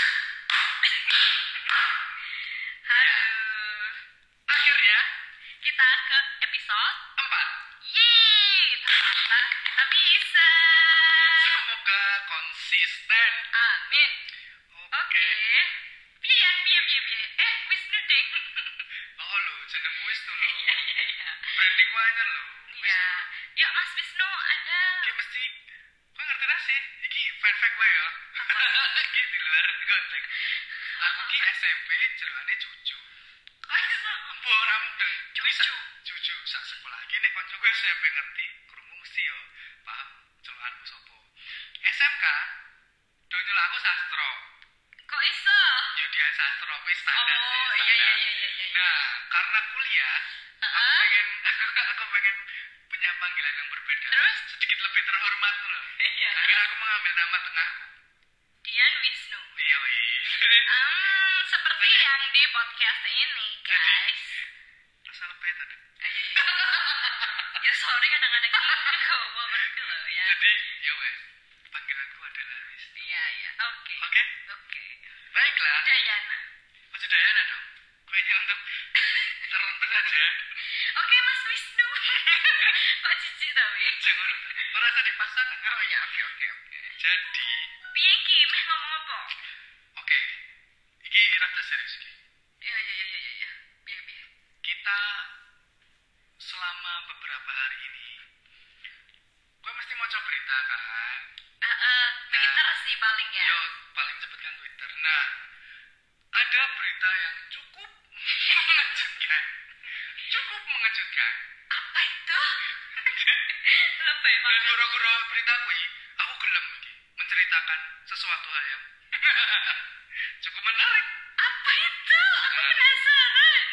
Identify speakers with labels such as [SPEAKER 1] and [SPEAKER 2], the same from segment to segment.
[SPEAKER 1] ya.
[SPEAKER 2] konsisten.
[SPEAKER 1] Amin. Oke. Iya, Piye piye piye piye. Eh wis nuding.
[SPEAKER 2] Oh lho, jenengku wis to lho.
[SPEAKER 1] Iya iya iya.
[SPEAKER 2] Brandingku anyar lho. Wis
[SPEAKER 1] Iya.
[SPEAKER 2] to.
[SPEAKER 1] Ya Mas Wisnu ada
[SPEAKER 2] Iki mesti kok ngerti ra sih? Iki fun fact wae ya. Iki di luar konteks. Aku ki SMP jelukane cucu.
[SPEAKER 1] Oh, iya.
[SPEAKER 2] Mbok ora mudeng. Iki sak-
[SPEAKER 1] Cucu.
[SPEAKER 2] Cucu sak sekolah iki nek kancaku SMP ngerti, krungu mesti yo paham jelukanku sapa. SMK do nyeluk aku sastra.
[SPEAKER 1] Kok iso?
[SPEAKER 2] Yudian sastra kuwi standar sih,
[SPEAKER 1] Oh, iya
[SPEAKER 2] standar.
[SPEAKER 1] iya iya iya iya.
[SPEAKER 2] Nah, karena kuliah, aku
[SPEAKER 1] Heeh.
[SPEAKER 2] pengen aku pengen punya panggilan yang berbeda.
[SPEAKER 1] Terus?
[SPEAKER 2] Sedikit lebih terhormat loh.
[SPEAKER 1] Iya.
[SPEAKER 2] Akhirnya aku mengambil nama tengahku.
[SPEAKER 1] Dian Wisnu.
[SPEAKER 2] Iya, iya.
[SPEAKER 1] Hmm, seperti yang di podcast ini,
[SPEAKER 2] Jadi,
[SPEAKER 1] guys.
[SPEAKER 2] rasa lebih ya, tadi.
[SPEAKER 1] Ayo, ayo, ayo. ya sorry kadang-kadang kita bawa berarti loh ya.
[SPEAKER 2] Jadi, ya wes, panggilanku adalah Wisnu.
[SPEAKER 1] Iya, iya. Oke.
[SPEAKER 2] Oke,
[SPEAKER 1] Oke.
[SPEAKER 2] baiklah.
[SPEAKER 1] Dayana.
[SPEAKER 2] Mas Dayana dong. Kuenya untuk teruntus aja.
[SPEAKER 1] Oke, Mas Wisnu. Kok ya? cici tapi?
[SPEAKER 2] Jangan merasa dipaksakan.
[SPEAKER 1] Oh ya, oke oke oke.
[SPEAKER 2] Jadi,
[SPEAKER 1] Piye iki meh ngomong apa?
[SPEAKER 2] oke. Iki rada serius iki.
[SPEAKER 1] Iya, iya, iya, iya, iya. Piye piye?
[SPEAKER 2] kita selama beberapa hari ini gue mesti mau coba berita kan
[SPEAKER 1] Ah, ah, Twitter sih paling ya.
[SPEAKER 2] yo paling cepet kan twitter nah ada berita yang cukup mengejutkan cukup mengejutkan
[SPEAKER 1] Apa ya itu? Lebay
[SPEAKER 2] dan
[SPEAKER 1] banget.
[SPEAKER 2] goro-goro berita kui aku gelem iki menceritakan sesuatu hal yang cukup menarik
[SPEAKER 1] Apa itu? Aku penasaran.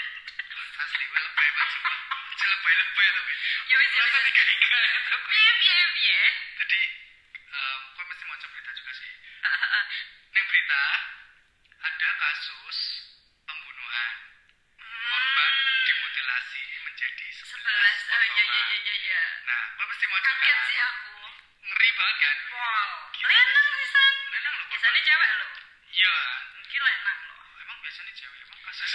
[SPEAKER 2] asli gue lebay banget sumpah Ini lebay-lebay tapi
[SPEAKER 1] Ya wes, ya
[SPEAKER 2] Rasa
[SPEAKER 1] wes.
[SPEAKER 2] tiga-tiga itu aku.
[SPEAKER 1] Piye piye piye?
[SPEAKER 2] jadi em, gue mesti mau coba berita juga sih
[SPEAKER 1] Ah, ah, ah.
[SPEAKER 2] Neng berita ada kasus pembunuhan korban
[SPEAKER 1] Hmm.
[SPEAKER 2] dimutilasi menjadi 11
[SPEAKER 1] sebelas oh iya iya
[SPEAKER 2] potongan.
[SPEAKER 1] iya iya iya
[SPEAKER 2] Nah, gue mesti mau cerita.
[SPEAKER 1] kaget sih aku
[SPEAKER 2] Ngeri banget kan?
[SPEAKER 1] wow
[SPEAKER 2] Gila.
[SPEAKER 1] lenang sih san
[SPEAKER 2] Lenang loh korban.
[SPEAKER 1] biasanya cewek lo
[SPEAKER 2] Iya kan?
[SPEAKER 1] mungkin lenang lo
[SPEAKER 2] Emang biasanya cewek emang kasus.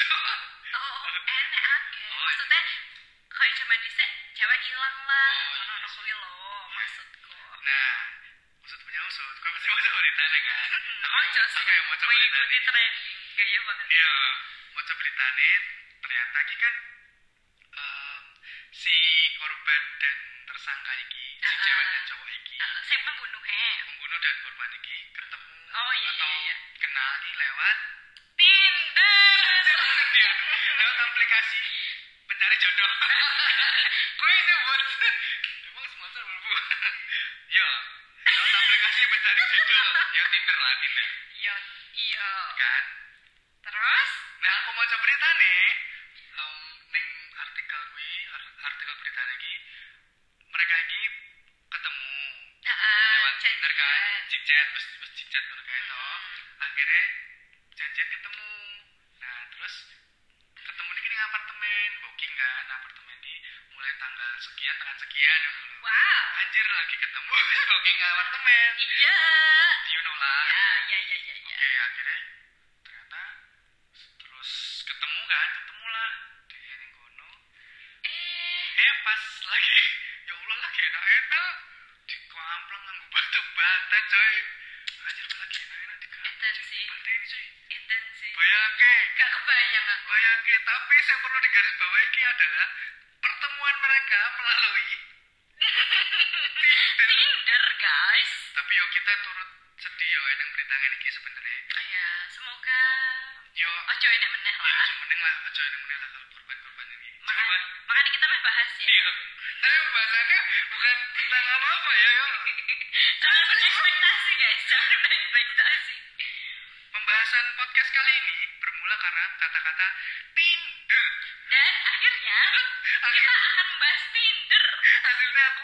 [SPEAKER 1] oh enak akeh
[SPEAKER 2] Oh,
[SPEAKER 1] maksudnya kayak cuman dhisik cewek hilang lah
[SPEAKER 2] Oh, iya
[SPEAKER 1] ono ono
[SPEAKER 2] sih.
[SPEAKER 1] kuwi lo maksudku
[SPEAKER 2] nah, usut punya usut. Gue mesti mau coba berita nih kan?
[SPEAKER 1] ojo Hmm, sih
[SPEAKER 2] Aku yang mau coba berita
[SPEAKER 1] mengikuti
[SPEAKER 2] nih.
[SPEAKER 1] trending gaya banget
[SPEAKER 2] Iya, mau coba berita nih. Ternyata ki kan em, si korban dan tersangka iki,
[SPEAKER 1] Ah,
[SPEAKER 2] si
[SPEAKER 1] ah.
[SPEAKER 2] cewek dan cowok iki.
[SPEAKER 1] Ah, sing pembunuh he
[SPEAKER 2] pembunuh dan korban ini ketemu
[SPEAKER 1] Oh, iya,
[SPEAKER 2] atau
[SPEAKER 1] iya, iya.
[SPEAKER 2] kenal ini lewat
[SPEAKER 1] Tinder
[SPEAKER 2] lewat aplikasi pencari jodoh kue nyebut emang sponsor berbu ya lewat aplikasi pencari jodoh ya tinder lah tinder
[SPEAKER 1] iya iya
[SPEAKER 2] kan
[SPEAKER 1] terus
[SPEAKER 2] nah aku mau coba berita nih Em, neng artikel kui ar- artikel berita lagi mereka ini ketemu
[SPEAKER 1] ah, ah,
[SPEAKER 2] lewat Tinder kan
[SPEAKER 1] jadian.
[SPEAKER 2] cicet terus terus cicet ngono kae to
[SPEAKER 1] Hmm.
[SPEAKER 2] akhirnya janjian ketemu nah terus ketemu iki ning apartemen booking kan apartemen ini mulai tanggal sekian tanggal sekian ngono lho
[SPEAKER 1] wow
[SPEAKER 2] anjir lagi ketemu booking apartemen
[SPEAKER 1] iya
[SPEAKER 2] you know lah
[SPEAKER 1] ya ya ya ya ya
[SPEAKER 2] oke Iya, akhirnya ternyata terus ketemu kan ketemu lah di ning kono
[SPEAKER 1] eh
[SPEAKER 2] eh pas lagi ya Allah lagi enak-enak di kampleng nganggo batu bata coy anjir gue lagi enak-enak di
[SPEAKER 1] Edan sih.
[SPEAKER 2] ini coy
[SPEAKER 1] Eden sih
[SPEAKER 2] bayangke
[SPEAKER 1] gak kebayang aku
[SPEAKER 2] bayangke tapi yang perlu digarisbawahi ini adalah pertemuan mereka melalui Tinder
[SPEAKER 1] Tinder guys
[SPEAKER 2] tapi yo kita turut sedih yo eneng berita ngene iki sebenarnya
[SPEAKER 1] ya semoga Oh,
[SPEAKER 2] yo
[SPEAKER 1] ojo enek meneh
[SPEAKER 2] yo
[SPEAKER 1] lah
[SPEAKER 2] cuman lah aja yang meneng lah kalau korban-korban ini
[SPEAKER 1] Maka-
[SPEAKER 2] Cuman,
[SPEAKER 1] makanya kita mah bahas ya
[SPEAKER 2] iya tapi pembahasannya bukan tentang apa-apa ya yo
[SPEAKER 1] jangan berekspektasi guys jangan berekspektasi
[SPEAKER 2] Pembahasan podcast kali ini bermula karena kata-kata Tinder.
[SPEAKER 1] dan akhirnya kita akan membahas Tinder
[SPEAKER 2] Hasilnya aku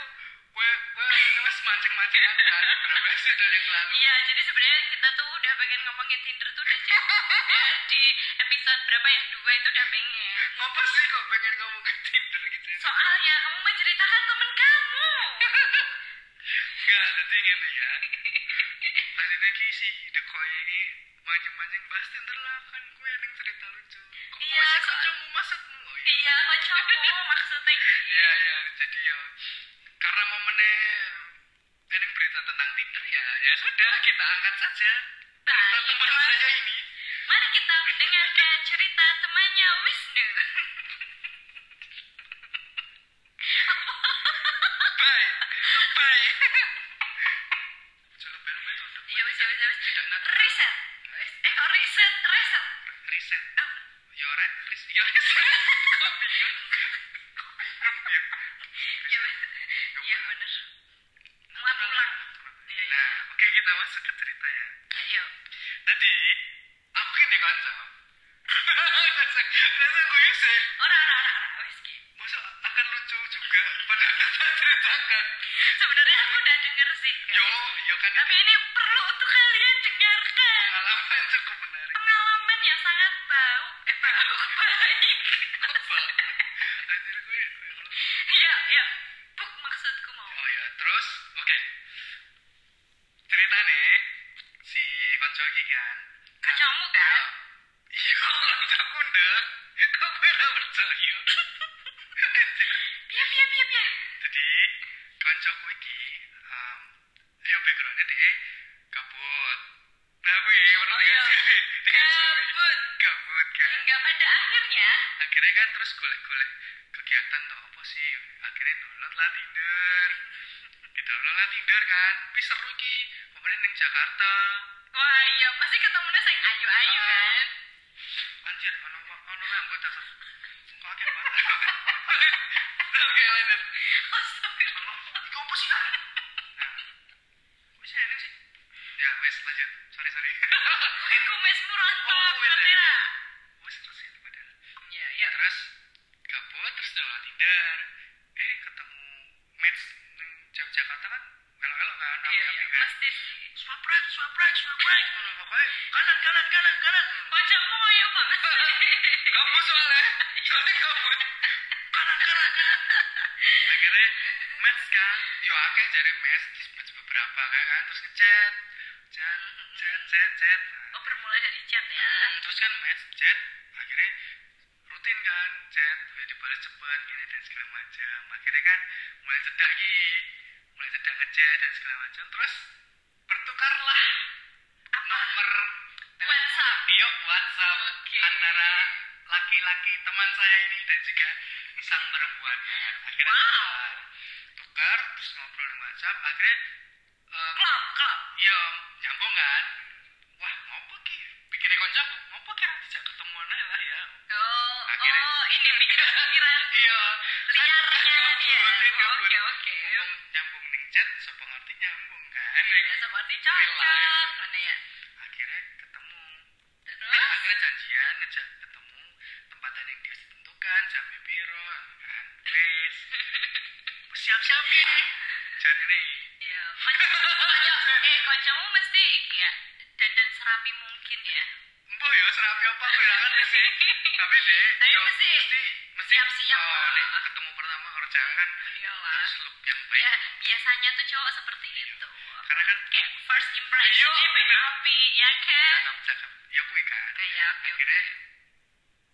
[SPEAKER 2] gue gue akhirnya wes mancing-mancing aku kan beberapa episode yang lalu.
[SPEAKER 1] Iya, jadi sebenarnya kita tuh udah pengen ngomongin Tinder tuh udah jadi udah di episode berapa ya dua itu udah pengen.
[SPEAKER 2] Ngapa sih kok pengen ngomong ke Tinder gitu ya?
[SPEAKER 1] Soalnya kamu menceritakan temen kamu.
[SPEAKER 2] Enggak, jadi gini ya. Hasilnya ki si The Koi ini mancing-mancing bahas Tinder lah kan gue yang cerita lucu. Kok
[SPEAKER 1] Iya,
[SPEAKER 2] masih
[SPEAKER 1] soal-
[SPEAKER 2] kocokmu maksudmu? Oh, iya.
[SPEAKER 1] Iya, kocokmu maksudnya gitu.
[SPEAKER 2] Iya iya jadi ya karena momennya ini berita tentang Tinder ya ya sudah kita kita angkat saja cerita
[SPEAKER 1] Baik,
[SPEAKER 2] teman
[SPEAKER 1] Mas.
[SPEAKER 2] saya ini
[SPEAKER 1] Mari kita mendengarkan cerita temannya Wisnu.
[SPEAKER 2] baik baik Coba lupa itu untuk
[SPEAKER 1] Ya wis, ya wis, ya wis.
[SPEAKER 2] Tidak nanti.
[SPEAKER 1] Riset. Wis. Eh kok riset, riset.
[SPEAKER 2] riset
[SPEAKER 1] Ah,
[SPEAKER 2] yoret riset yoret kok bingung kok bingung ya
[SPEAKER 1] Ya wis. Iya bener. Muat ulang. Iya, iya.
[SPEAKER 2] nah oke kita masuk ke cerita ya
[SPEAKER 1] Ayo.
[SPEAKER 2] Jadi, aku kan deh kanca. Rasa rasa guyu sih.
[SPEAKER 1] Ora ora ora ora wis ki.
[SPEAKER 2] Masa akan lucu juga pada kita ceritakan.
[SPEAKER 1] Sebenarnya aku udah denger sih. Kak.
[SPEAKER 2] Yo, yo kan
[SPEAKER 1] Tapi
[SPEAKER 2] ini
[SPEAKER 1] ini perlu untuk kalian dengarkan.
[SPEAKER 2] pengalaman cukup menarik.
[SPEAKER 1] Pengalaman yang sangat bau, eh bau baik.
[SPEAKER 2] Apa? Anjir gue. ya Allah.
[SPEAKER 1] Ya, ya. Buk maksudku mau.
[SPEAKER 2] Oh ya, terus oke. Cerita nih si kanca iki kan.
[SPEAKER 1] Kancamu kan?
[SPEAKER 2] Ya. Iya, kancaku ndek. Kok gue ora percaya? Anjir.
[SPEAKER 1] Biar biar biar biar.
[SPEAKER 2] jadi kancaku iki um, ya backgroundnya dia kabut nah aku ini orang
[SPEAKER 1] Oh,
[SPEAKER 2] tiga
[SPEAKER 1] iya.
[SPEAKER 2] cewek, tiga cewek.
[SPEAKER 1] Kabut.
[SPEAKER 2] kabut kan
[SPEAKER 1] Hingga pada akhirnya
[SPEAKER 2] akhirnya kan terus golek-golek kegiatan tuh apa sih akhirnya download lah Tinder di download lah Tinder kan wih seru ki kemarin neng Jakarta
[SPEAKER 1] Wah iya, masih ketemu nasi ayu-ayu
[SPEAKER 2] Ah.
[SPEAKER 1] kan?
[SPEAKER 2] anjir ono ono anggota kok kaget banget oke lanjut
[SPEAKER 1] Oh, Astagfirullah.
[SPEAKER 2] Iku apa sih? Kak? Nah, wis enak sih. Ya, wis lanjut. Sorry, sorry.
[SPEAKER 1] Wih, kumesmu rontok,
[SPEAKER 2] Oh, kumis ya. Iya,
[SPEAKER 1] ngerti lah.
[SPEAKER 2] Wis terus itu padahal.
[SPEAKER 1] Ya, ya.
[SPEAKER 2] Terus kabut terus download Tinder. Eh, ketemu match ning Jawa Jakarta kan elok-elok
[SPEAKER 1] Iya,
[SPEAKER 2] kan, api-api
[SPEAKER 1] iya,
[SPEAKER 2] kan.
[SPEAKER 1] pasti.
[SPEAKER 2] Swipe right, swipe right, swipe right. Ngono pokoknya kanan, kanan, kanan, kanan.
[SPEAKER 1] Wajahmu kaya banget sih.
[SPEAKER 2] Kabut soalnya, soalnya kabut. Kanan, kanan, kanan. Akhirnya match kan. Yo akeh jadi match, terus match beberapa kan, kan. terus ngechat. Chat, chat, chat, chat. Nah,
[SPEAKER 1] Oh, bermula dari chat ya.
[SPEAKER 2] Hmm, terus kan match chat akhirnya rutin kan chat udah dibalas cepet gini dan segala macam akhirnya kan mulai cedak ki mulai cedak ngechat dan segala macam terus bertukarlah
[SPEAKER 1] Apa?
[SPEAKER 2] nomor telepon.
[SPEAKER 1] WhatsApp.
[SPEAKER 2] Iya, WhatsApp
[SPEAKER 1] Oke.
[SPEAKER 2] antara laki-laki teman saya ini dan juga sang perempuan kan akhirnya
[SPEAKER 1] Wow.
[SPEAKER 2] tukar. tukar terus ngobrol di WhatsApp akhirnya em,
[SPEAKER 1] Klop, klop.
[SPEAKER 2] Iya, nyambung kan? Wah, ngopo ki? Pikirnya koncoku, ngopo ki nanti jak ketemuan aja lah ya.
[SPEAKER 1] Oh,
[SPEAKER 2] Akhirnya.
[SPEAKER 1] oh, ini pikiran-pikiran
[SPEAKER 2] Iya,
[SPEAKER 1] liarnya
[SPEAKER 2] Kan
[SPEAKER 1] dia.
[SPEAKER 2] kabut, kan kabut.
[SPEAKER 1] Oke, oke.
[SPEAKER 2] Mumpung nyambung ning chat, sapa ngerti nyambung kan?
[SPEAKER 1] Ya, seperti cocok. Mana ya?
[SPEAKER 2] Akhirnya ketemu. Eh,
[SPEAKER 1] Terus?
[SPEAKER 2] akhirnya janjian ngejak ketemu tempatan yang ditentukan, jamnya piro kan. Wes. Siap-siap ki. Jare ini.
[SPEAKER 1] Iya, kocok- kocok- eh kocokmu mesti iki ya dandan serapi mungkin ya.
[SPEAKER 2] Embo ya serapi apa aku ya kan sih. Tapi deh,
[SPEAKER 1] Tapi
[SPEAKER 2] yo,
[SPEAKER 1] mesti
[SPEAKER 2] mesti
[SPEAKER 1] siap-siap. Oh, iya,
[SPEAKER 2] Oh, nih ketemu pertama harus jangan kan
[SPEAKER 1] Iyalah.
[SPEAKER 2] harus look yang baik. Iya.
[SPEAKER 1] Ya, biasanya tuh cowok seperti itu.
[SPEAKER 2] Karena kan
[SPEAKER 1] Kayak first impression
[SPEAKER 2] Iya,
[SPEAKER 1] pengen
[SPEAKER 2] bener.
[SPEAKER 1] api, ya kan?
[SPEAKER 2] cakep cakep. Ya kuwi kan.
[SPEAKER 1] Nah, ya, oke, oke.
[SPEAKER 2] Akhirnya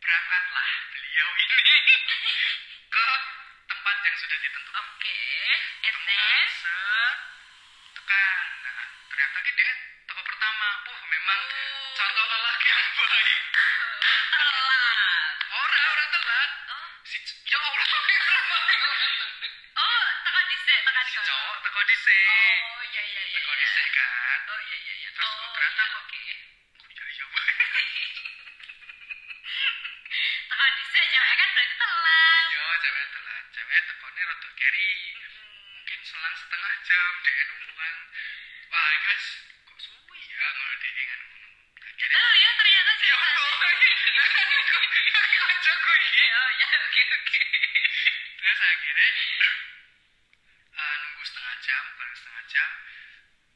[SPEAKER 2] berangkatlah beliau ini ke tempat yang sudah ditentukan.
[SPEAKER 1] Oke, and
[SPEAKER 2] Temukan
[SPEAKER 1] then
[SPEAKER 2] set tekan. Nah, ternyata ki dia toko pertama. Wah, memang
[SPEAKER 1] Oh.
[SPEAKER 2] contoh lelaki yang baik.
[SPEAKER 1] telat.
[SPEAKER 2] Orang orang telat.
[SPEAKER 1] Oh,
[SPEAKER 2] Si c- ya Allah, orang
[SPEAKER 1] oh, tekan dhisik, tekan
[SPEAKER 2] si
[SPEAKER 1] dikon.
[SPEAKER 2] cowok eh, teko dhisik
[SPEAKER 1] Oh, iya iya iya.
[SPEAKER 2] teko
[SPEAKER 1] iya.
[SPEAKER 2] dhisik kan
[SPEAKER 1] Oh, iya iya iya.
[SPEAKER 2] Terus
[SPEAKER 1] Oh,
[SPEAKER 2] kok ternyata
[SPEAKER 1] iya,
[SPEAKER 2] kok-
[SPEAKER 1] oke.
[SPEAKER 2] iya iya boy
[SPEAKER 1] Tekan dhisik, cewek kan berarti telat.
[SPEAKER 2] yo cewek telat cewek tekone rada keri
[SPEAKER 1] Mm-mm.
[SPEAKER 2] mungkin selang setengah jam deh nungguan wah ini wes kok suwi ya ngono deh kan ngono akhirnya
[SPEAKER 1] Betul ya ternyata sih.
[SPEAKER 2] yo kancaku iki
[SPEAKER 1] Oh ya oke oke.
[SPEAKER 2] terus akhirnya eh, nunggu setengah jam bareng setengah jam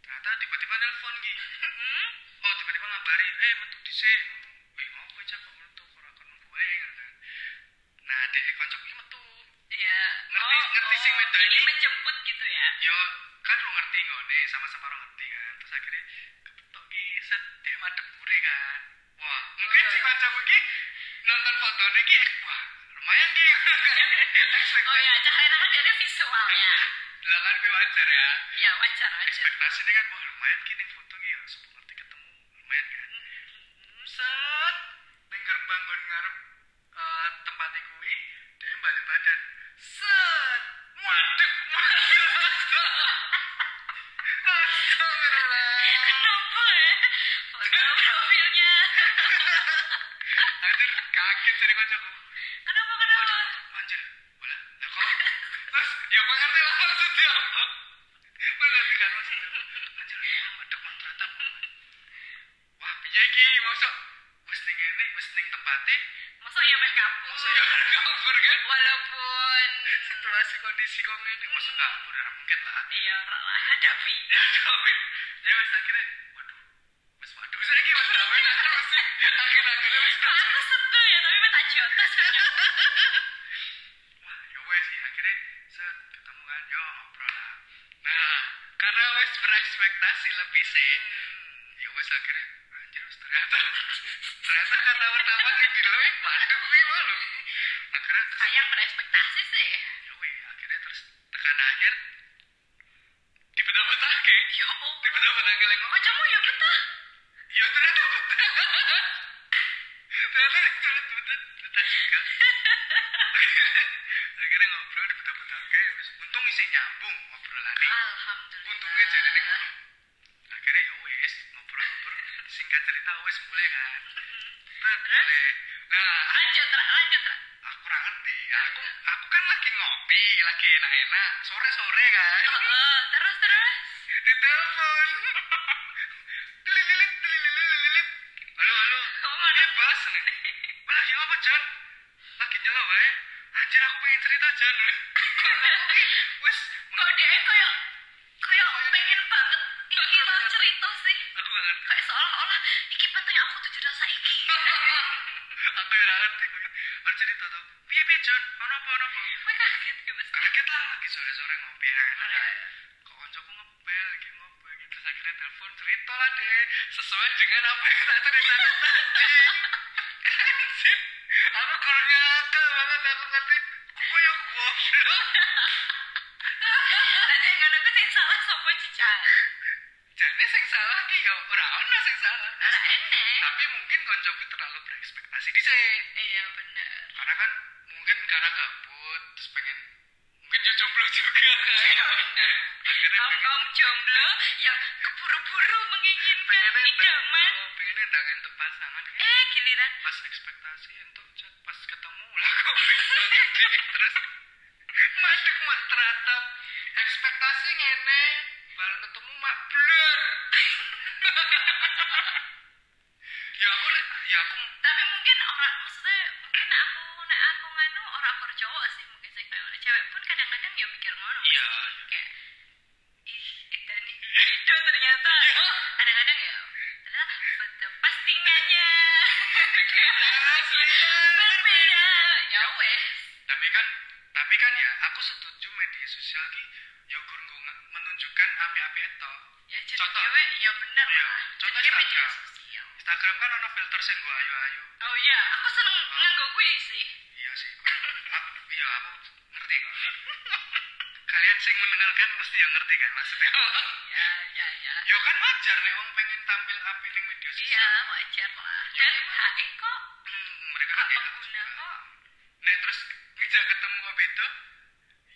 [SPEAKER 2] ternyata tiba-tiba nelpon gitu
[SPEAKER 1] Hmm?
[SPEAKER 2] oh tiba-tiba ngabari eh metu dhisik wih mau kowe cakep metu ora kono gue kan nah dek kancaku iki metu
[SPEAKER 1] Iya. oh,
[SPEAKER 2] Ngerti- ngerti sing wedok
[SPEAKER 1] ini
[SPEAKER 2] iki?
[SPEAKER 1] menjemput gitu ya.
[SPEAKER 2] yo kan lo ngerti ngone sama-sama lo ngerti kan terus akhirnya kebetok ki set dek madep mburi kan wah mungkin si kancaku iki nonton fotone ki wah lumayan ki
[SPEAKER 1] iya, Oh ya, cahaya kan dia ada visual ya.
[SPEAKER 2] lah kan gue wajar ya
[SPEAKER 1] ya wajar aja
[SPEAKER 2] ekspektasinya kan wah lumayan gini foto ya sepuluh ngerti ketemu lumayan kan set neng gerbang gue ngarep eh, tempat gue dia balik badan set waduk Astagfirullah
[SPEAKER 1] kenapa ya foto profilnya
[SPEAKER 2] Anjir kaget jadi kocokku
[SPEAKER 1] kenapa kenapa
[SPEAKER 2] Anjir Bola Lah kok Terus ya gue ngerti lah maksudnya apa Gue ngerti kan maksudnya Anjir ya madek mang ternyata Wah piye iki masuk Wis ning ngene wis ning tempate
[SPEAKER 1] masa ya main kabur
[SPEAKER 2] Masa ya kabur kan
[SPEAKER 1] walaupun
[SPEAKER 2] Situasi kondisi kok ngene Masuk kabur ya mungkin lah
[SPEAKER 1] iya ora lah hadapi
[SPEAKER 2] Ya tapi Ya wis akhirnya Waduh Wis waduh saya iki wis awen mesti akhir-akhirnya wis
[SPEAKER 1] Kok aku sentuh ya tapi minta jotos
[SPEAKER 2] Wah, ya wes sih akhirnya set ketemu kan yo ngobrol lah. Nah, karena wes berekspektasi lebih sih. Ya wes akhirnya anjir wes ternyata ternyata kata pertama yang diluik waduh gue malu. Akhirnya terus-
[SPEAKER 1] sayang berespektasi sih
[SPEAKER 2] ya wes akhirnya terus tekan akhir di betah-betah ke.
[SPEAKER 1] yo Ya Allah.
[SPEAKER 2] Di betah-betah ke lengok.
[SPEAKER 1] Kocokmu ya betah
[SPEAKER 2] Ya ternyata betah. Ternyata ternyata betah betah juga. Akhirnya ngobrol di betah-betah ke. wes. Untung isi nyambung ngobrolannya.
[SPEAKER 1] Alhamdulillah
[SPEAKER 2] untungnya jadi neng akhirnya ya wes ngobrol-ngobrol singkat cerita wes mulai kan Tet, mulai nah
[SPEAKER 1] lanjut Ra, lanjut Ra.
[SPEAKER 2] aku kurang ngerti aku aku kan lagi ngopi lagi enak-enak sore-sore kan
[SPEAKER 1] Heeh, terus terus
[SPEAKER 2] ditelepon telililit telililit halo halo
[SPEAKER 1] Oh, mana?
[SPEAKER 2] Eh, bas nih Wah, lagi apa John lagi nyelo wae anjir aku pengen cerita John wes
[SPEAKER 1] kok dia kayak kayak
[SPEAKER 2] Kayak-
[SPEAKER 1] pengen banget ini mau cerita sih
[SPEAKER 2] aku gak ngerti
[SPEAKER 1] kayak seolah-olah iki penting aku tuh jodoh saiki
[SPEAKER 2] aku ya ngerti gue harus cerita tuh piye piye John ono apa ono apa
[SPEAKER 1] gue kaget gue pasti
[SPEAKER 2] kaget lah lagi sore sore ngopi enak enak
[SPEAKER 1] Iya, iya.
[SPEAKER 2] kok koncoku ngepel lagi ngopi gitu terus akhirnya telepon cerita lah deh sesuai dengan apa yang tak ceritakan tadi anjir aku kurang akal banget aku ngerti kok ya goblok
[SPEAKER 1] lah nek ngono ku sing salah sapa cican
[SPEAKER 2] jadi sing salah ki yo ora ono sing salah
[SPEAKER 1] ora enek
[SPEAKER 2] tapi mungkin koncoku terlalu berekspektasi dhisik
[SPEAKER 1] iya bener
[SPEAKER 2] karena kan mungkin karena gabut terus pengen mungkin dia jomblo juga kan
[SPEAKER 1] iya bener
[SPEAKER 2] akhirnya
[SPEAKER 1] kaum
[SPEAKER 2] pengen
[SPEAKER 1] kaum jomblo yang keburu-buru menginginkan
[SPEAKER 2] pengennya
[SPEAKER 1] idaman
[SPEAKER 2] oh, pengennya ndang entuk pasangan kan
[SPEAKER 1] eh giliran
[SPEAKER 2] pas ekspektasi entuk chat pas ketemu lah kok beda gede terus madek mak teratap ekspektasi ngene bareng ketemu mak blur ya aku ya aku
[SPEAKER 1] tapi mungkin orang maksudnya mungkin nek aku nek aku nganu orang aku cowok sih mungkin sing kayak oleh cewek pun kadang-kadang ya mikir ngono Mesti
[SPEAKER 2] Iya, iya.
[SPEAKER 1] kayak ih edan nih beda ternyata
[SPEAKER 2] Iya.
[SPEAKER 1] kadang-kadang ya ternyata betul pastingannya berbeda ya wes
[SPEAKER 2] tapi kan tapi kan ya aku setuju media sosial ki ya kurang menunjukkan api-api itu
[SPEAKER 1] ya jadi
[SPEAKER 2] Contoh.
[SPEAKER 1] cewek ya bener
[SPEAKER 2] Iya,
[SPEAKER 1] lah
[SPEAKER 2] contoh
[SPEAKER 1] Jadinya media
[SPEAKER 2] Instagram.
[SPEAKER 1] sosial.
[SPEAKER 2] Instagram kan ono filter sing gua ayu-ayu
[SPEAKER 1] oh iya aku seneng nganggo kuwi sih
[SPEAKER 2] iya sih gue aku, iya aku ngerti kok kalian sing mendengarkan mesti ya ngerti kan maksudnya
[SPEAKER 1] ya ya ya
[SPEAKER 2] ya kan wajar nih orang pengen tampil api di media
[SPEAKER 1] iya
[SPEAKER 2] sosial
[SPEAKER 1] wajar lah
[SPEAKER 2] Iya,
[SPEAKER 1] dan HE kok
[SPEAKER 2] Hmm, mereka kan
[SPEAKER 1] kok
[SPEAKER 2] dia
[SPEAKER 1] pengguna kok
[SPEAKER 2] nah terus ngejak ketemu kok beda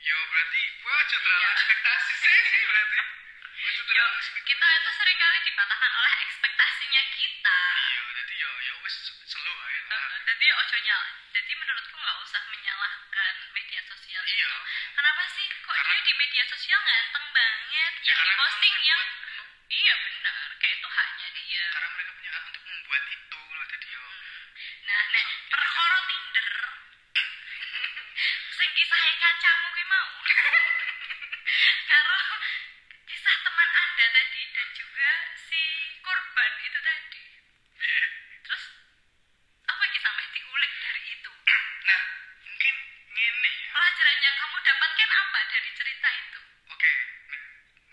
[SPEAKER 2] ya berarti gue aja terlalu
[SPEAKER 1] Iya.
[SPEAKER 2] ekspektasi sih berarti Gua aja
[SPEAKER 1] Yo,
[SPEAKER 2] terlalu ekspektasi
[SPEAKER 1] kita itu seringkali dipatahkan oleh ekspektasinya kita.
[SPEAKER 2] Iya, berarti ya ya wis selo ae lah.
[SPEAKER 1] Eh, Jadi ojo nyala. Jadi menurutku nggak usah menyalahkan media sosial itu.
[SPEAKER 2] Iya.
[SPEAKER 1] Kenapa sih kok
[SPEAKER 2] Karena-
[SPEAKER 1] dia di media sosial nganteng banget?
[SPEAKER 2] Ya,
[SPEAKER 1] yang
[SPEAKER 2] karena
[SPEAKER 1] diposting
[SPEAKER 2] emang
[SPEAKER 1] yang
[SPEAKER 2] buat-
[SPEAKER 1] iya benar, kayak itu haknya dia.
[SPEAKER 2] Karena mereka punya hak untuk membuat itu loh jadi yo.
[SPEAKER 1] Nah, nek perkara Tinder. Sing kisah kacamu kuwi mau. Karo kisah teman Anda tadi dan juga si korban itu tadi. Hmm.
[SPEAKER 2] Iya.
[SPEAKER 1] Terus apa yang sampai diulik dari itu?
[SPEAKER 2] Nah, mungkin ngene ya.
[SPEAKER 1] Pelajaran yang kamu dapatkan apa dari cerita itu?
[SPEAKER 2] Oke, nek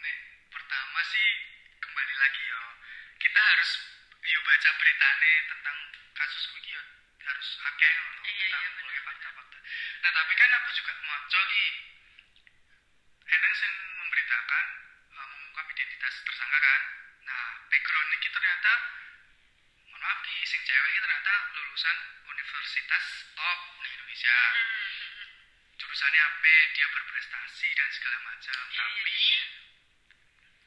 [SPEAKER 2] nek pertama sih kembali lagi yo. Kita harus yo baca beritane tentang kasus kuwi yo harus akeh loh
[SPEAKER 1] Iya,
[SPEAKER 2] kita
[SPEAKER 1] iya,
[SPEAKER 2] mulai
[SPEAKER 1] bener.
[SPEAKER 2] fakta-fakta. Nah, tapi kan aku juga maca ki. Eneng sing eh, kan. Nah, universitas top di Indonesia jurusannya apa dia berprestasi dan segala macam
[SPEAKER 1] Iya, iya,
[SPEAKER 2] tapi
[SPEAKER 1] iya.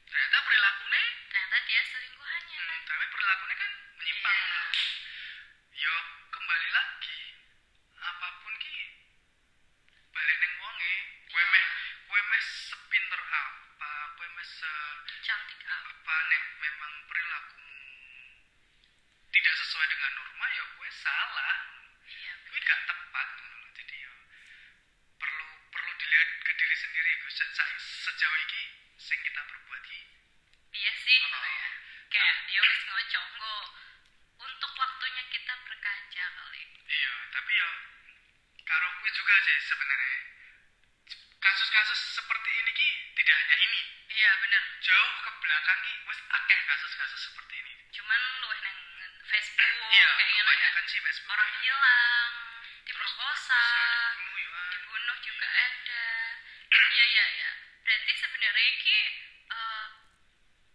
[SPEAKER 2] ternyata perilakunya
[SPEAKER 1] ternyata dia selingkuhannya
[SPEAKER 2] hmm,
[SPEAKER 1] kan
[SPEAKER 2] tapi perilakunya kan menyimpang
[SPEAKER 1] Iya.
[SPEAKER 2] loh yo kembali lagi apapun ki balik neng wonge kue
[SPEAKER 1] Iya.
[SPEAKER 2] meh kue meh sepinter apa kue meh se
[SPEAKER 1] Iya, cantik Ah, apa
[SPEAKER 2] apa nek memang perilakumu tidak sesuai dengan norma ya gue salah
[SPEAKER 1] iya
[SPEAKER 2] gue gak tepat ngono loh. jadi ya perlu perlu dilihat ke diri sendiri gue se sa- sejauh ini sing kita perbuat ini
[SPEAKER 1] iya sih
[SPEAKER 2] Oh.
[SPEAKER 1] kalau ya. kayak ya wis ngoco nggo untuk waktunya kita berkaca kali
[SPEAKER 2] iya tapi ya karo gue juga sih sebenarnya kasus-kasus seperti ini ki tidak hanya ini
[SPEAKER 1] iya bener
[SPEAKER 2] jauh ke belakang ki wes akeh kasus-kasus seperti ini
[SPEAKER 1] cuman luwih nang Facebook
[SPEAKER 2] iya
[SPEAKER 1] kayak ngono ya
[SPEAKER 2] kebanyakan sih Facebook
[SPEAKER 1] orang hilang diperkosa
[SPEAKER 2] dibunuh ya
[SPEAKER 1] dibunuh juga ada iya iya iya berarti sebenarnya ini eh,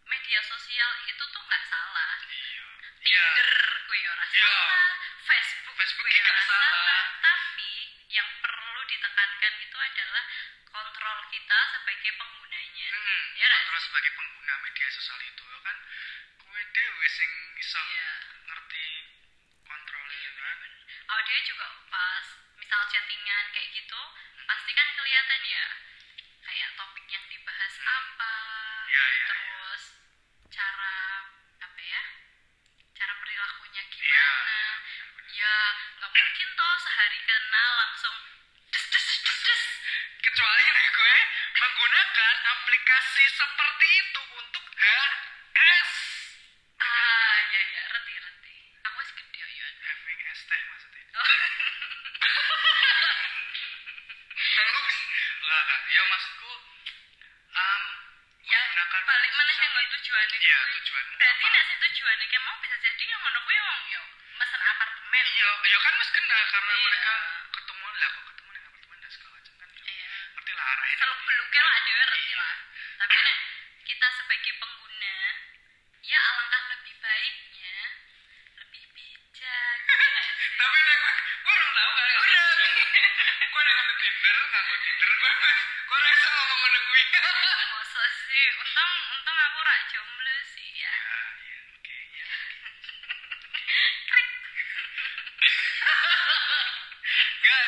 [SPEAKER 1] media sosial itu tuh nggak salah
[SPEAKER 2] iya iya
[SPEAKER 1] Tinder kuwi ora
[SPEAKER 2] Iya.
[SPEAKER 1] salah Facebook
[SPEAKER 2] Facebook
[SPEAKER 1] kuwi
[SPEAKER 2] juga
[SPEAKER 1] ora
[SPEAKER 2] salah.
[SPEAKER 1] salah tapi yang perlu ditekankan itu adalah kontrol kita sebagai penggunanya
[SPEAKER 2] Hmm,
[SPEAKER 1] Ya, Ras?
[SPEAKER 2] terus sebagai pengguna media sosial itu ya kan kue dewe sing iso
[SPEAKER 1] Iya.
[SPEAKER 2] ngerti kontrolnya ya kan
[SPEAKER 1] audio juga pas misal chattingan kayak gitu
[SPEAKER 2] Hmm.
[SPEAKER 1] pasti kan kelihatan ya kayak topik yang dibahas apa
[SPEAKER 2] Hmm. Iya, iya, iya.
[SPEAKER 1] terus cara apa ya cara perilakunya
[SPEAKER 2] Iya, iya,
[SPEAKER 1] gimana ya nggak mungkin toh sehari kenal langsung des des des des, des.
[SPEAKER 2] kecuali nih gue menggunakan aplikasi seperti itu untuk HS
[SPEAKER 1] ah ya ya reti reti aku wis gede yo Yon.
[SPEAKER 2] having S teh maksudnya
[SPEAKER 1] Oh,
[SPEAKER 2] enggak enggak ya maksudku um,
[SPEAKER 1] ya
[SPEAKER 2] menggunakan
[SPEAKER 1] balik mana
[SPEAKER 2] sosial-
[SPEAKER 1] yang nggak tujuannya
[SPEAKER 2] iya
[SPEAKER 1] kuwi.
[SPEAKER 2] tujuanmu
[SPEAKER 1] berarti
[SPEAKER 2] apa?
[SPEAKER 1] nek sing tujuannya kayak mau bisa jadi yang ngono kuwi wong yo mesen apartemen
[SPEAKER 2] Iya, iya kan mas kenal karena
[SPEAKER 1] Iya.
[SPEAKER 2] mereka ketemu lah kok ketemu dengan apartemen dan segala macam kan.
[SPEAKER 1] Iya.
[SPEAKER 2] Ngerti lah arahnya.
[SPEAKER 1] Seluk beluknya lah dhewe ngerti
[SPEAKER 2] Iya.
[SPEAKER 1] lah. Tapi nek kita sebagai pengguna ya alangkah lebih baiknya lebih bijak. ya nggak sih?
[SPEAKER 2] Tapi lah gue, gue orang tahu kali. Udah. gue udah ngerti Tinder, nganggo Tinder gue. Gue udah bisa ngomong ngomong gue. Ya,
[SPEAKER 1] Masa sih untung untung aku ora jomblo sih ya.
[SPEAKER 2] iya, oke. Ya.
[SPEAKER 1] Krik.
[SPEAKER 2] Enggak.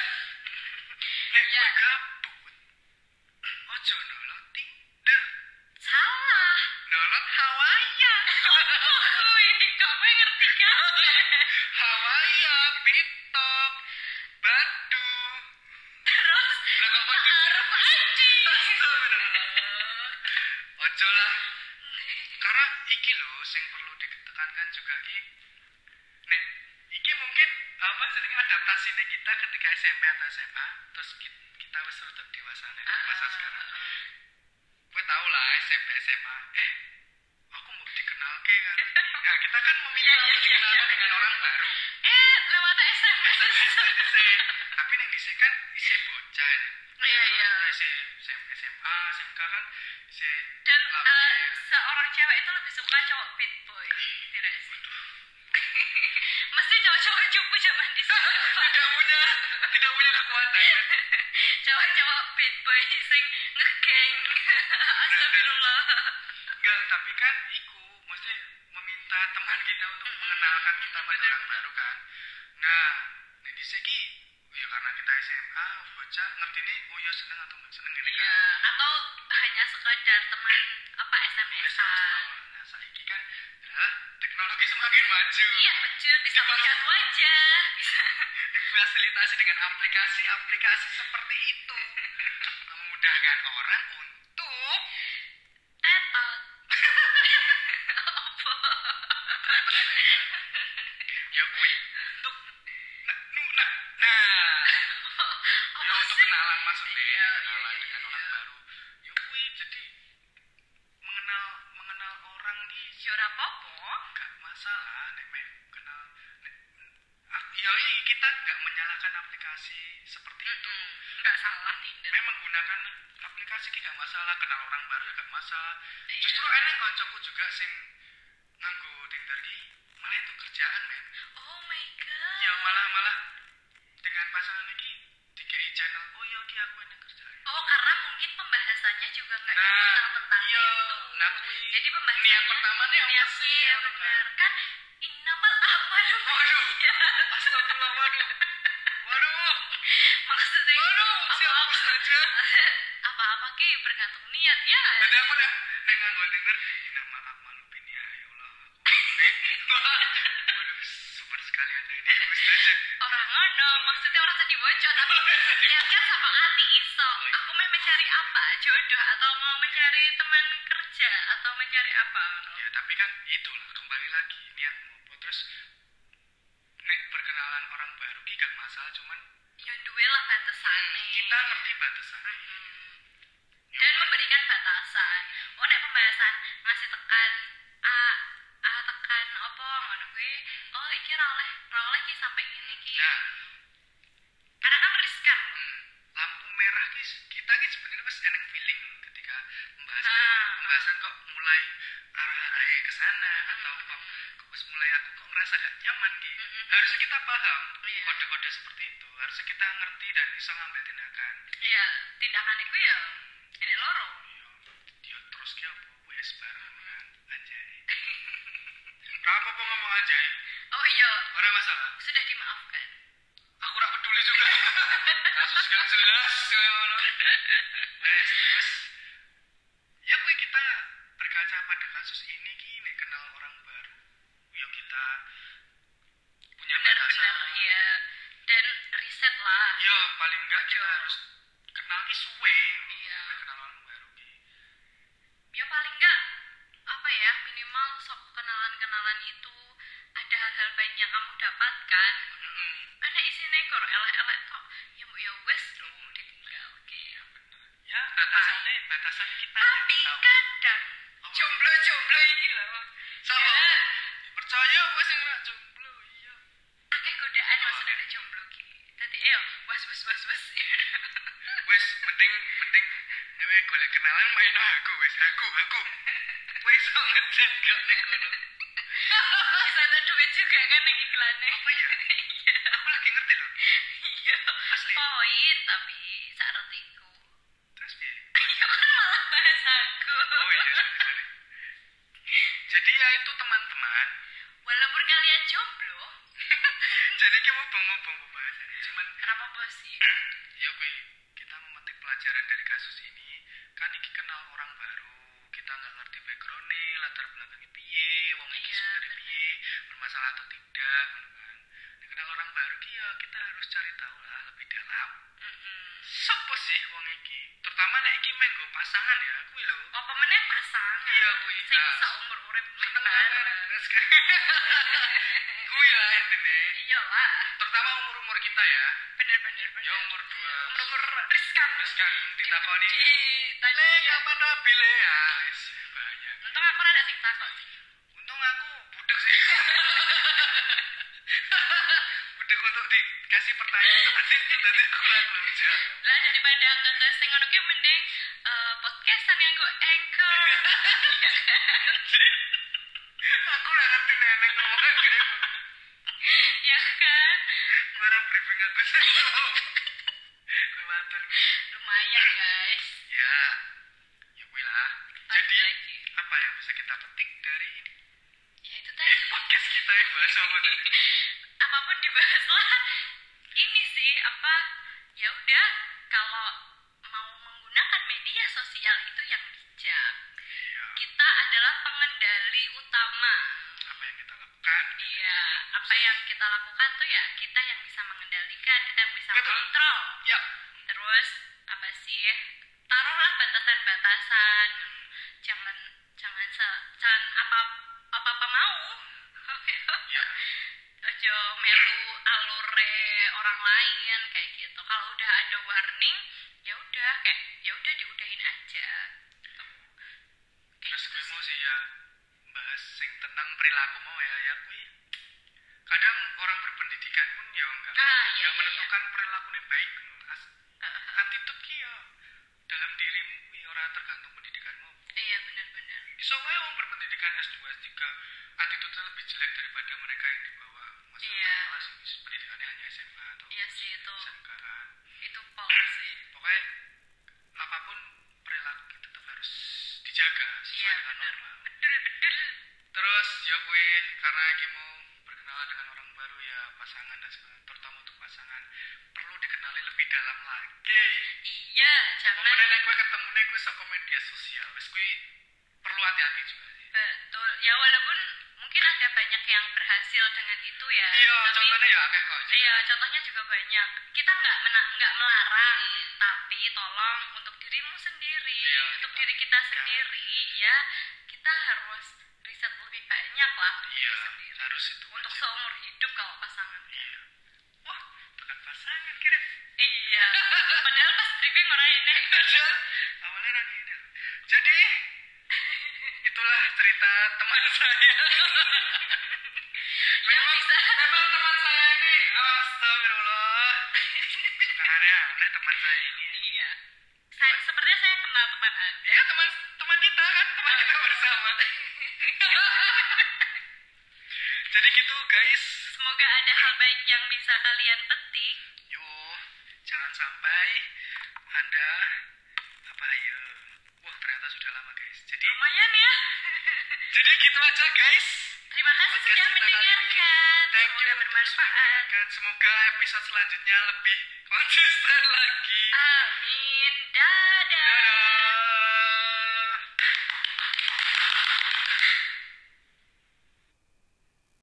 [SPEAKER 2] Nek
[SPEAKER 1] Iya.
[SPEAKER 2] gue gabut. Ojo nolot Tinder.
[SPEAKER 1] Salah.
[SPEAKER 2] Nolot Hawaiian.
[SPEAKER 1] Oh, kuy, kamu yang ngerti kan?
[SPEAKER 2] Hawaiian, Bitop, Batu.
[SPEAKER 1] Terus
[SPEAKER 2] Lah kok Batu?
[SPEAKER 1] Arif Adi.
[SPEAKER 2] Astagfirullah. Ojo lah. Karena iki lho sing perlu ditekankan juga ki. Nek iki mungkin apa jenenge adaptasine kita ketika SMP atau SMA terus ki- kita wis rada dewasa nih di masa
[SPEAKER 1] Ah.
[SPEAKER 2] sekarang. Gue tau lah SMP SMA. Eh, aku mau dikenalke kan. Nah, kita kan memilih
[SPEAKER 1] Iya, iya,
[SPEAKER 2] untuk
[SPEAKER 1] iya,
[SPEAKER 2] dikenalkan
[SPEAKER 1] iya,
[SPEAKER 2] dengan
[SPEAKER 1] iya.
[SPEAKER 2] orang baru.
[SPEAKER 1] Eh, lewat SMS.
[SPEAKER 2] SDDC. Tapi nek dhisik kan isih bocah. ya.
[SPEAKER 1] Iya, iya.
[SPEAKER 2] Isih SMP, SMA, SMK kan isih
[SPEAKER 1] Dan eh,
[SPEAKER 2] labil.
[SPEAKER 1] seorang cewek itu lebih suka cowok bad boy, tidak sih? Mesti cowok-cowok cupu zaman di sana.
[SPEAKER 2] tidak punya tidak punya kekuatan kan
[SPEAKER 1] Cowok-cowok bad boy sing ngegeng. Astagfirullah.
[SPEAKER 2] kan. enggak tapi kan iku mesti meminta teman kita untuk
[SPEAKER 1] Mm-mm.
[SPEAKER 2] mengenalkan kita pada
[SPEAKER 1] Bener,
[SPEAKER 2] orang
[SPEAKER 1] bener.
[SPEAKER 2] baru kan nah nek dhisik ki ya karena kita SMA bocah ngerti nih oh yo seneng atau nggak seneng ini
[SPEAKER 1] Iya,
[SPEAKER 2] kan
[SPEAKER 1] atau hanya sekedar teman apa SMS-an.
[SPEAKER 2] nah saiki kan ya teknologi semakin maju
[SPEAKER 1] Iya, betul bisa
[SPEAKER 2] Dibalas-
[SPEAKER 1] melihat wajah, bisa
[SPEAKER 2] difasilitasi dengan aplikasi-aplikasi seperti itu memudahkan orang untuk
[SPEAKER 1] tetot. Apa?
[SPEAKER 2] ya kui untuk nah nu, nah nah
[SPEAKER 1] Apa
[SPEAKER 2] ya untuk
[SPEAKER 1] sih?
[SPEAKER 2] kenalan maksudnya
[SPEAKER 1] Iya,
[SPEAKER 2] kenalan
[SPEAKER 1] iya,
[SPEAKER 2] dengan
[SPEAKER 1] iya,
[SPEAKER 2] orang
[SPEAKER 1] iya.
[SPEAKER 2] baru ya kui jadi mengenal mengenal orang di
[SPEAKER 1] Ya ora apa-apa.
[SPEAKER 2] nggak masalah nek meh kenal nek, ah, ya ini kita nggak menyalahkan aplikasi seperti itu
[SPEAKER 1] Nggak salah Tinder.
[SPEAKER 2] memang menggunakan aplikasi ki gak masalah kenal orang baru ya gak masalah
[SPEAKER 1] Iya.
[SPEAKER 2] justru enak koncoku juga sing nganggo Tinder ki malah itu kerjaan men
[SPEAKER 1] Oh my god.
[SPEAKER 2] ya malah malah "Oh, iya,
[SPEAKER 1] Oh, pembahasannya juga nggak
[SPEAKER 2] Nah,
[SPEAKER 1] yang tentang
[SPEAKER 2] iya.
[SPEAKER 1] itu
[SPEAKER 2] Nah, kuwi.
[SPEAKER 1] jadi pembahasannya
[SPEAKER 2] Niat pertamanya apa
[SPEAKER 1] niat-
[SPEAKER 2] sih,
[SPEAKER 1] iya,
[SPEAKER 2] ngono kan?
[SPEAKER 1] benar kan innamal a'malu
[SPEAKER 2] Waduh.
[SPEAKER 1] binniyat.
[SPEAKER 2] Astagfirullah, waduh. Waduh.
[SPEAKER 1] maksudnya
[SPEAKER 2] Waduh, siapa
[SPEAKER 1] apa-apa-
[SPEAKER 2] saja.
[SPEAKER 1] apa-apa ki bergantung niat ya
[SPEAKER 2] Tadi aku udah nek nganggo denger nama Akmal Lubin ya ya Allah. aku- Waduh, super sekali Anda ini ustazah.
[SPEAKER 1] orang ngono maksudnya orang tadi bocor tapi niat kan sama hati iso
[SPEAKER 2] Iya.
[SPEAKER 1] aku mau mencari apa jodoh atau mau mencari teman kerja atau mencari apa ngono.
[SPEAKER 2] Ya, tapi kan itulah kembali lagi niatmu. apa. Terus nek perkenalan orang baru ki gak masalah, cuman
[SPEAKER 1] ya duwe lah batasan
[SPEAKER 2] kita ngerti batasan. Ya,
[SPEAKER 1] dan
[SPEAKER 2] Mbak.
[SPEAKER 1] memberikan batasan oh nek pembahasan ngasih tekan a a tekan apa ngono kuwi oh iki ra oleh ra oleh ki sampai ngene ki
[SPEAKER 2] Nah.
[SPEAKER 1] karena kan riskan loh
[SPEAKER 2] Hmm, lampu merah ki kita ki sebenarnya wis eneng feeling ketika pembahasan
[SPEAKER 1] Ah.
[SPEAKER 2] pembahasan kok mulai arah-arahnya ke sana atau kok kok wis mulai aku kok ngerasa gak nyaman ki.
[SPEAKER 1] Mm-mm.
[SPEAKER 2] Harusnya kita paham
[SPEAKER 1] Iya.
[SPEAKER 2] kode-kode seperti itu. Harusnya kita ngerti dan bisa ngambil tindakan.
[SPEAKER 1] ya tindakan iku ya enek loro
[SPEAKER 2] Yo, yo terus ki apa wis bareng kan anjay. Ora apa-apa ngomong anjay,
[SPEAKER 1] oh iya
[SPEAKER 2] ora masalah.
[SPEAKER 1] sudah dimaafkan
[SPEAKER 2] Aku ora peduli juga. Kasus gak jelas kayak ngono. Wes terus ya kuwi kita berkaca pada kasus ini ki nek kenal orang baru ya kita punya
[SPEAKER 1] benar-benar
[SPEAKER 2] batasan.
[SPEAKER 1] ya dan riset lah
[SPEAKER 2] Ya paling enggak kita
[SPEAKER 1] Ojo.
[SPEAKER 2] harus kenal ki suwe.
[SPEAKER 1] Iya.
[SPEAKER 2] Nek Kenal orang baru ki.
[SPEAKER 1] ya paling enggak apa ya minimal sok kenalan-kenalan itu ada hal-hal baik yang kamu dapatkan
[SPEAKER 2] Mm-mm.
[SPEAKER 1] ada isine kor elek-elek kok ya mbok ya wes lo ditinggal oke
[SPEAKER 2] Ya batasannya batasannya kita yang
[SPEAKER 1] tapi
[SPEAKER 2] tahu.
[SPEAKER 1] kadang
[SPEAKER 2] Apa?
[SPEAKER 1] jomblo-jomblo ini loh
[SPEAKER 2] Sama.
[SPEAKER 1] Ya.
[SPEAKER 2] Percaya wes sing ora jomblo iya.
[SPEAKER 1] akeh godaan
[SPEAKER 2] Oh,
[SPEAKER 1] maksudnya
[SPEAKER 2] oke.
[SPEAKER 1] ada jomblo gini tadi eh was was was was
[SPEAKER 2] Iya. wes mending mending ewe golek kenalan main no aku wes aku aku wes iso ngechat gak nek ngono
[SPEAKER 1] bisa ada duit juga kan yang iklannya
[SPEAKER 2] Apa ya?
[SPEAKER 1] iya
[SPEAKER 2] aku lagi ngerti loh
[SPEAKER 1] iya
[SPEAKER 2] Asli.
[SPEAKER 1] poin tapi syarat iku
[SPEAKER 2] terus piye
[SPEAKER 1] Iya kan malah bahas aku.
[SPEAKER 2] oh iya sorry sorry jadi ya itu teman-teman
[SPEAKER 1] Walaupun kalian jomblo,
[SPEAKER 2] jadi kita mau bang mau bang pembahasan cuman
[SPEAKER 1] kenapa bos sih?
[SPEAKER 2] ya gue kita memetik pelajaran dari kasus ini kan iki kenal orang baru kita nggak ngerti backgroundnya latar belakangnya piye wong iki
[SPEAKER 1] Iya,
[SPEAKER 2] sebenarnya
[SPEAKER 1] bener.
[SPEAKER 2] piye bermasalah atau tidak gitu kan Nah, kenal orang baru ki ya kita harus cari tahu lah lebih dalam
[SPEAKER 1] Mm-mm.
[SPEAKER 2] Sopo sih wong iki terutama nek iki main nggo pasangan ya kuwi lho
[SPEAKER 1] Apa meneh pasangan?
[SPEAKER 2] Iya, kui.
[SPEAKER 1] Oh, Sing
[SPEAKER 2] Nah.
[SPEAKER 1] seumur urip
[SPEAKER 2] seneng
[SPEAKER 1] meneh
[SPEAKER 2] banget
[SPEAKER 1] bareng.
[SPEAKER 2] terus kan kuwi lah intine
[SPEAKER 1] Iya lah.
[SPEAKER 2] terutama umur umur kita ya
[SPEAKER 1] Bener bener bener.
[SPEAKER 2] ya umur dua Iya.
[SPEAKER 1] umur riskan.
[SPEAKER 2] terus kan ditakoni
[SPEAKER 1] Di tanya.
[SPEAKER 2] le kapan nabi le ya wis banyak
[SPEAKER 1] Untung aku rada sing takon sih.
[SPEAKER 2] untung aku budek sih budek untuk dikasih pertanyaan seperti itu tadi aku ragu jawab
[SPEAKER 1] Lah daripada ngegas sing ngono ki mending eh, podcastan yang gue anchor. Iya kan?
[SPEAKER 2] aku udah ngerti neneng ngomong kayak gitu
[SPEAKER 1] Iya kan?
[SPEAKER 2] Barang briefing aku sih kelewatan
[SPEAKER 1] Lumayan, guys.
[SPEAKER 2] ya ya gue lah
[SPEAKER 1] Lanjut
[SPEAKER 2] jadi
[SPEAKER 1] lagi.
[SPEAKER 2] apa yang bisa kita petik dari
[SPEAKER 1] Ya itu tadi.
[SPEAKER 2] podcast kita yang bahas apa tadi
[SPEAKER 1] apapun dibahas lah ini sih apa ya udah kalau mau menggunakan media sosial itu yang bijak
[SPEAKER 2] Iya,
[SPEAKER 1] kita adalah pengendali utama
[SPEAKER 2] apa yang kita lakukan
[SPEAKER 1] iya apa yang kita lakukan tuh ya kita yang bisa mengendalikan kita yang bisa
[SPEAKER 2] Betul.
[SPEAKER 1] kontrol
[SPEAKER 2] ya
[SPEAKER 1] terus apa sih taruhlah batasan-batasan jangan jangan se, jangan apa apa apa mau
[SPEAKER 2] ya
[SPEAKER 1] Eh, gitu. ya Gitu.
[SPEAKER 2] ya. ya
[SPEAKER 1] Ah, iya,
[SPEAKER 2] ya
[SPEAKER 1] Iya, Iya.
[SPEAKER 2] ya ya
[SPEAKER 1] Iya, Ya,
[SPEAKER 2] contohnya ya akeh kok.
[SPEAKER 1] Iya, contohnya juga banyak. Kita nggak mena- nggak melarang, tapi tolong untuk dirimu sendiri,
[SPEAKER 2] Iya,
[SPEAKER 1] untuk
[SPEAKER 2] kita-
[SPEAKER 1] diri kita
[SPEAKER 2] iya.
[SPEAKER 1] sendiri, ya kita harus riset lebih banyak lah untuk
[SPEAKER 2] Iya,
[SPEAKER 1] diri sendiri.
[SPEAKER 2] harus itu.
[SPEAKER 1] Untuk
[SPEAKER 2] wajib.
[SPEAKER 1] seumur hidup kalau pasangan.
[SPEAKER 2] Iya. Wah, tekan pasangan kira.
[SPEAKER 1] Iya. Padahal pas briefing orang ini.
[SPEAKER 2] Aja. Awalnya nang ini. loh. Jadi itulah cerita teman saya.
[SPEAKER 1] Yang bisa.
[SPEAKER 2] Memang teman saya ini astagfirullah. Tangannya aneh teman saya ini.
[SPEAKER 1] Iya. Saya, sepertinya saya kenal teman Anda.
[SPEAKER 2] Ya teman teman kita kan, teman kita bersama. Jadi gitu guys.
[SPEAKER 1] Semoga ada hal baik yang bisa kalian petik.
[SPEAKER 2] Iya. Yuh, jangan sampai Anda apa ya? Wah, ternyata sudah lama guys. Jadi
[SPEAKER 1] Lumayan ya.
[SPEAKER 2] jadi gitu aja guys.
[SPEAKER 1] Terima kasih
[SPEAKER 2] Podcast
[SPEAKER 1] sudah
[SPEAKER 2] kita kali ini.
[SPEAKER 1] mendengarkan.
[SPEAKER 2] Thank you
[SPEAKER 1] Semoga
[SPEAKER 2] untuk sudah
[SPEAKER 1] bermanfaat.
[SPEAKER 2] mendengarkan. Semoga episode selanjutnya lebih konsisten lagi.
[SPEAKER 1] Ah.